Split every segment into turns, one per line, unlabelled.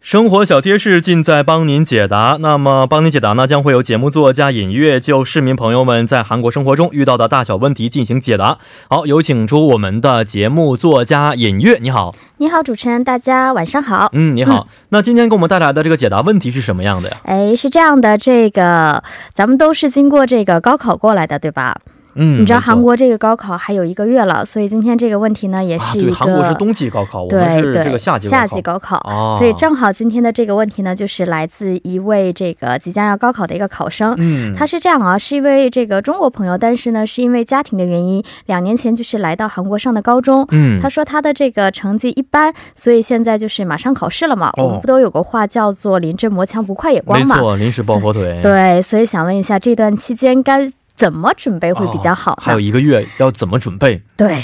生活小贴士尽在帮您解答。那么，帮您解答呢，将会有节目作加隐乐，就市民朋友们在韩国生活中遇到的大小问题进行解答。好，有请出我们的节目作家隐乐，你好，
你好，主持人，大家晚上好。
嗯，你好。那今天给我们带来的这个解答问题是什么样的呀？
哎，是这样的，这个咱们都是经过这个高考过来的，对吧？
嗯
你知道
没错
韩国这个高考还有一个月了，所以今天这个问题呢，也
啊，
是一
对，
个、
韩国是冬季高考，我们
对
是
对
这个夏季高考。
夏季高考、
哦
所以正好今天的这个问题呢，就是来自一位这个即将要高考的一个考生。
嗯，
他是这样啊，是一位这个中国朋友，但是呢，是因为家庭的原因，两年前就是来到韩国上的高中。
嗯，
他说他的这个成绩一般，所以现在就是马上考试了嘛。
哦
我们不都有个话叫做“临阵磨枪，不快也光”
没
嘛？
错，临时抱佛腿。
对，所以想问一下，这段期间该怎么准备会比较好
哦还
呢？
有一个嗯月要怎么准备？
对，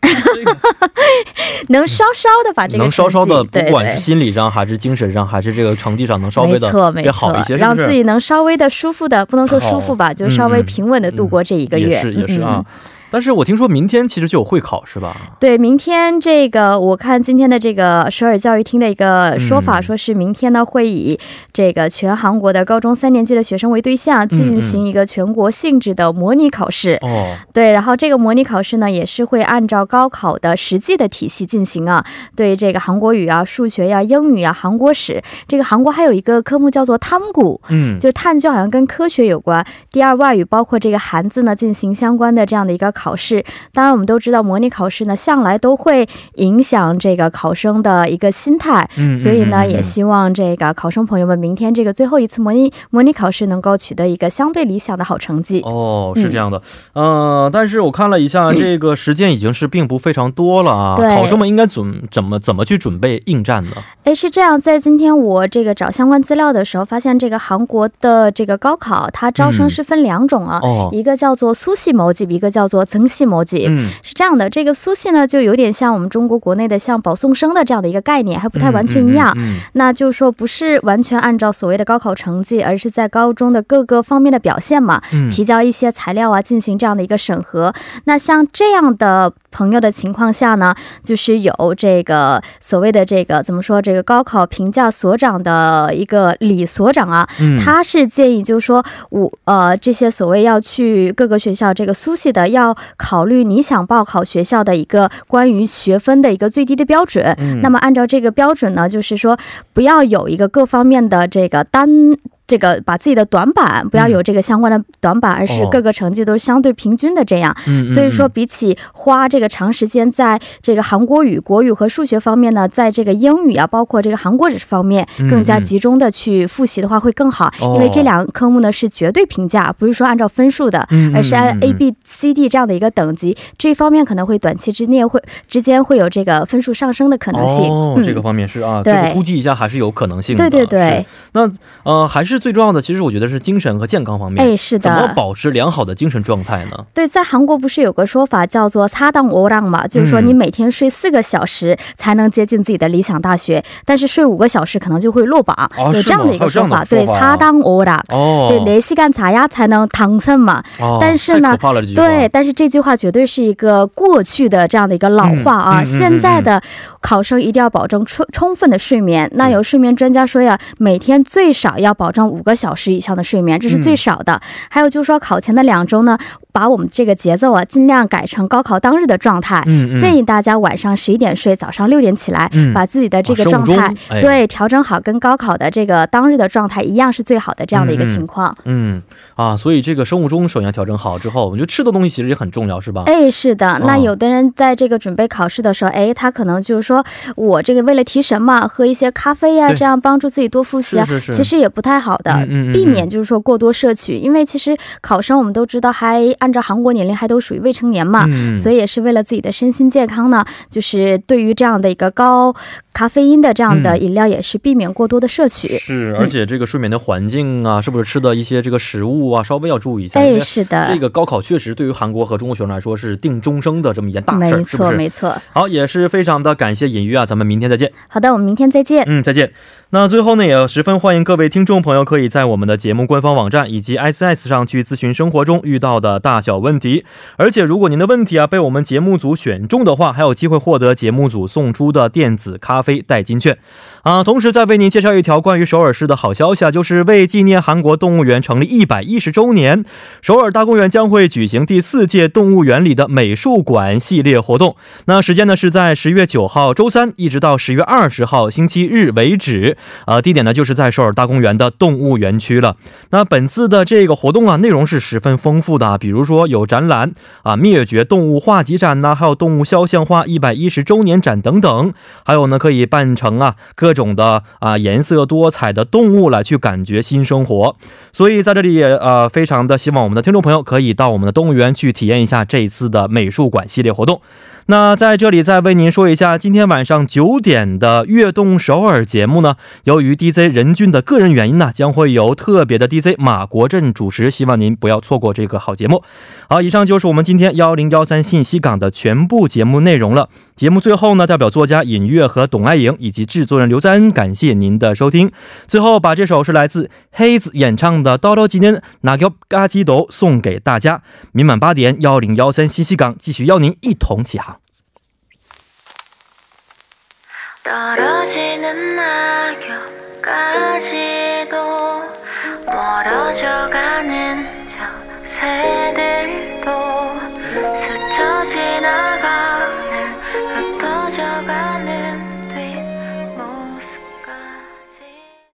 这个
能稍稍的把这个
能稍稍的，
成绩
不
对
管
对
是心理上还是精神上，还是这个成绩上，能稍微
没错
的
没
也
错，
好一些，是
让
不
自
是？
己能稍微的舒服的，不能说舒服吧，就稍微平稳的度过这一个月。
嗯也是也是啊
嗯。。
但是我听说明天其实就有会考，是吧？
对，明天这个我看今天的这个首尔教育厅的一个说法，
嗯
说是明天呢会以这个全韩国的高中三年级的学生为对象，进行一个全国性质的模拟考试。
哦，
对，然后这个模拟考试呢，也是会按照高考的实际的体系进行啊。对这个韩国语啊、数学呀、英语啊、韩国史，这个韩国还有一个科目叫做汤谷，
嗯，
就是探究好像跟科学有关。第二外语包括这个韩字呢，进行相关的这样的一个考试。当然，我们都知道模拟考试呢，向来都会影响这个考生的一个心态。
嗯
所以呢，
嗯嗯
也希望这个考生朋友们明天这个最后一次模拟模拟考试能够取得一个相对理想的好成绩。
哦，是这样的，嗯、但是我看了一下，这个时间已经是并不非常多了啊。
嗯对
考生们应该怎怎么怎么去准备应战呢？
哎，是这样，在今天我这个找相关资料的时候，发现这个韩国的这个高考，它招生是分两种啊，
嗯哦，
一个叫做苏系谋级，一个叫做曾系谋级。
嗯，
是这样的，这个苏系呢，就有点像我们中国国内的像保送生的这样的一个概念，还不太完全一样。
嗯嗯嗯
那就是说，不是完全按照所谓的高考成绩，而是在高中的各个方面的表现嘛，
嗯
提交一些材料啊，进行这样的一个审核。那像这样的朋友的情况下呢，就是有这个所谓的这个怎么说，这个高考评价所长的一个李所长啊，
嗯
他是建议就是说我呃这些所谓要去各个学校这个苏系的，要考虑你想报考学校的一个关于学分的一个最低的标准。
嗯
那么按照这个标准呢，就是说不要有一个各方面的这个单。这个把自己的短板不要有这个相关的短板，而是
嗯哦
各个成绩都是相对平均的这样。
嗯嗯
所以说，
嗯
比起花这个长时间在这个韩国语、国语和数学方面呢，在这个英语啊，包括这个韩国史方面
嗯
更加集中的去复习的话，会更好。
哦
因为这两个科目呢是绝对评价，不是说按照分数的，
嗯嗯
而是按
嗯嗯
A、B、C、D 这样的一个等级。这一方面可能会短期之内会之间会有这个分数上升的可能性。
哦，
嗯
这个方面是啊，这
对
个估计一下还是有可能性的。
对对对
是。那呃，还是最重要的，其实我觉得是精神和健康方面。
哎，是
怎么
的，
保持良好的精神状态呢？
对，在韩国不是有个说法叫做“擦当欧让”嘛，就是说
嗯
你每天睡四个小时才能接近自己的理想大学，但是睡五个小时可能就会落榜，
哦
有
是
这样
吗还
的一
有
个
这样的
说法。
说
对，
法啊
擦当欧让。
哦，
对，连시간자야才能당선嘛。
哦
但是呢
太可怕了这句话。
对，，但是这句话绝对是一个过去的这样的一个老话啊。
嗯嗯嗯
现在的考生一定要保证充充分的睡眠。那有睡眠专家说呀，每天最少要保证五个小时以上的睡眠，
嗯
这是最少的。还有就是说，考前的两周呢，把我们这个节奏啊，尽量改成高考当日的状态。
嗯嗯，
建议大家晚上十一点睡，早上六点起来，
嗯
把自己的这个
哦生物钟
状态、
哎
对调整好，跟高考的这个当日的状态一样是最好的这样的一个
嗯嗯
情况。
嗯啊，所以这个生物钟首先调整好之后，我觉得吃的东西其实也很重要，是吧？
哎，是的，那
哦
有的人在这个准备考试的时候，哎，他可能就是说我这个为了提神嘛，喝一些咖啡呀、
对
这样帮助自己多复习啊，
是是是
其实也不太好的。
嗯嗯嗯
避免就是说过多摄取，因为其实考生我们都知道，还按照韩国年龄还都属于未成年嘛，
嗯，
所以也是为了自己的身心健康呢，就是对于这样的一个高咖啡因的这样
嗯
的饮料也是避免过多的摄取。
是，而且这个睡眠的环境啊，是不是吃的一些这个食物啊，稍微要注意一下。因
哎，
为
是的，
这个高考确实对于韩国和中国学生来说是定终生的这么一件大事儿，
没
是不
错
是？
没错。
好，也是非常的感谢隐喻啊，咱们明天再见。
好的，我们明天再见。
嗯，再见。那最后呢，也十分欢迎各位听众朋友可以在我们的节目官方网站以及 S S 上去咨询生活中遇到的大小问题。而且，如果您的问题啊被我们节目组选中的话，还有机会获得节目组送出的电子咖啡代金券啊。同时，再为您介绍一条关于首尔市的好消息啊，就是为纪念韩国动物园成立一百一十周年，首尔大公园将会举行第四届动物园里的美术馆系列活动。那时间呢是在十月九号周三一直到十月二十号星期日为止，呃，地点呢就是在首尔大公园的动物园区了。那本次的这个活动啊，内容是十分丰富的啊，比如说有展览啊，灭绝动物画集展呐、还有动物肖像画一百一十周年展等等，还有呢可以扮成啊各种的啊颜色多彩的动物来去感觉新生活。所以在这里也呃非常的希望我们的听众朋友可以到我们的动物园去体验一下这一次的美术馆系列活动。那在这里再为您说一下，今天晚上九点的《悦动首尔》节目呢，由于 DJ 任俊的个人原因呢，将会由特别的 DJ 马国振主持，希望您不要错过这个好节目。好，以上就是我们今天幺零幺三信息港的全部节目内容了。节目最后呢，代表作家尹月和董爱颖以及制作人刘在恩，感谢您的收听。最后把这首是来自黑子演唱的《叨叨吉年拿给嘎吉斗》送给大家。明晚八点幺零幺三信息港继续邀您一同起航。
떨어지는 낙엽까지도 멀어져가는 저 새벽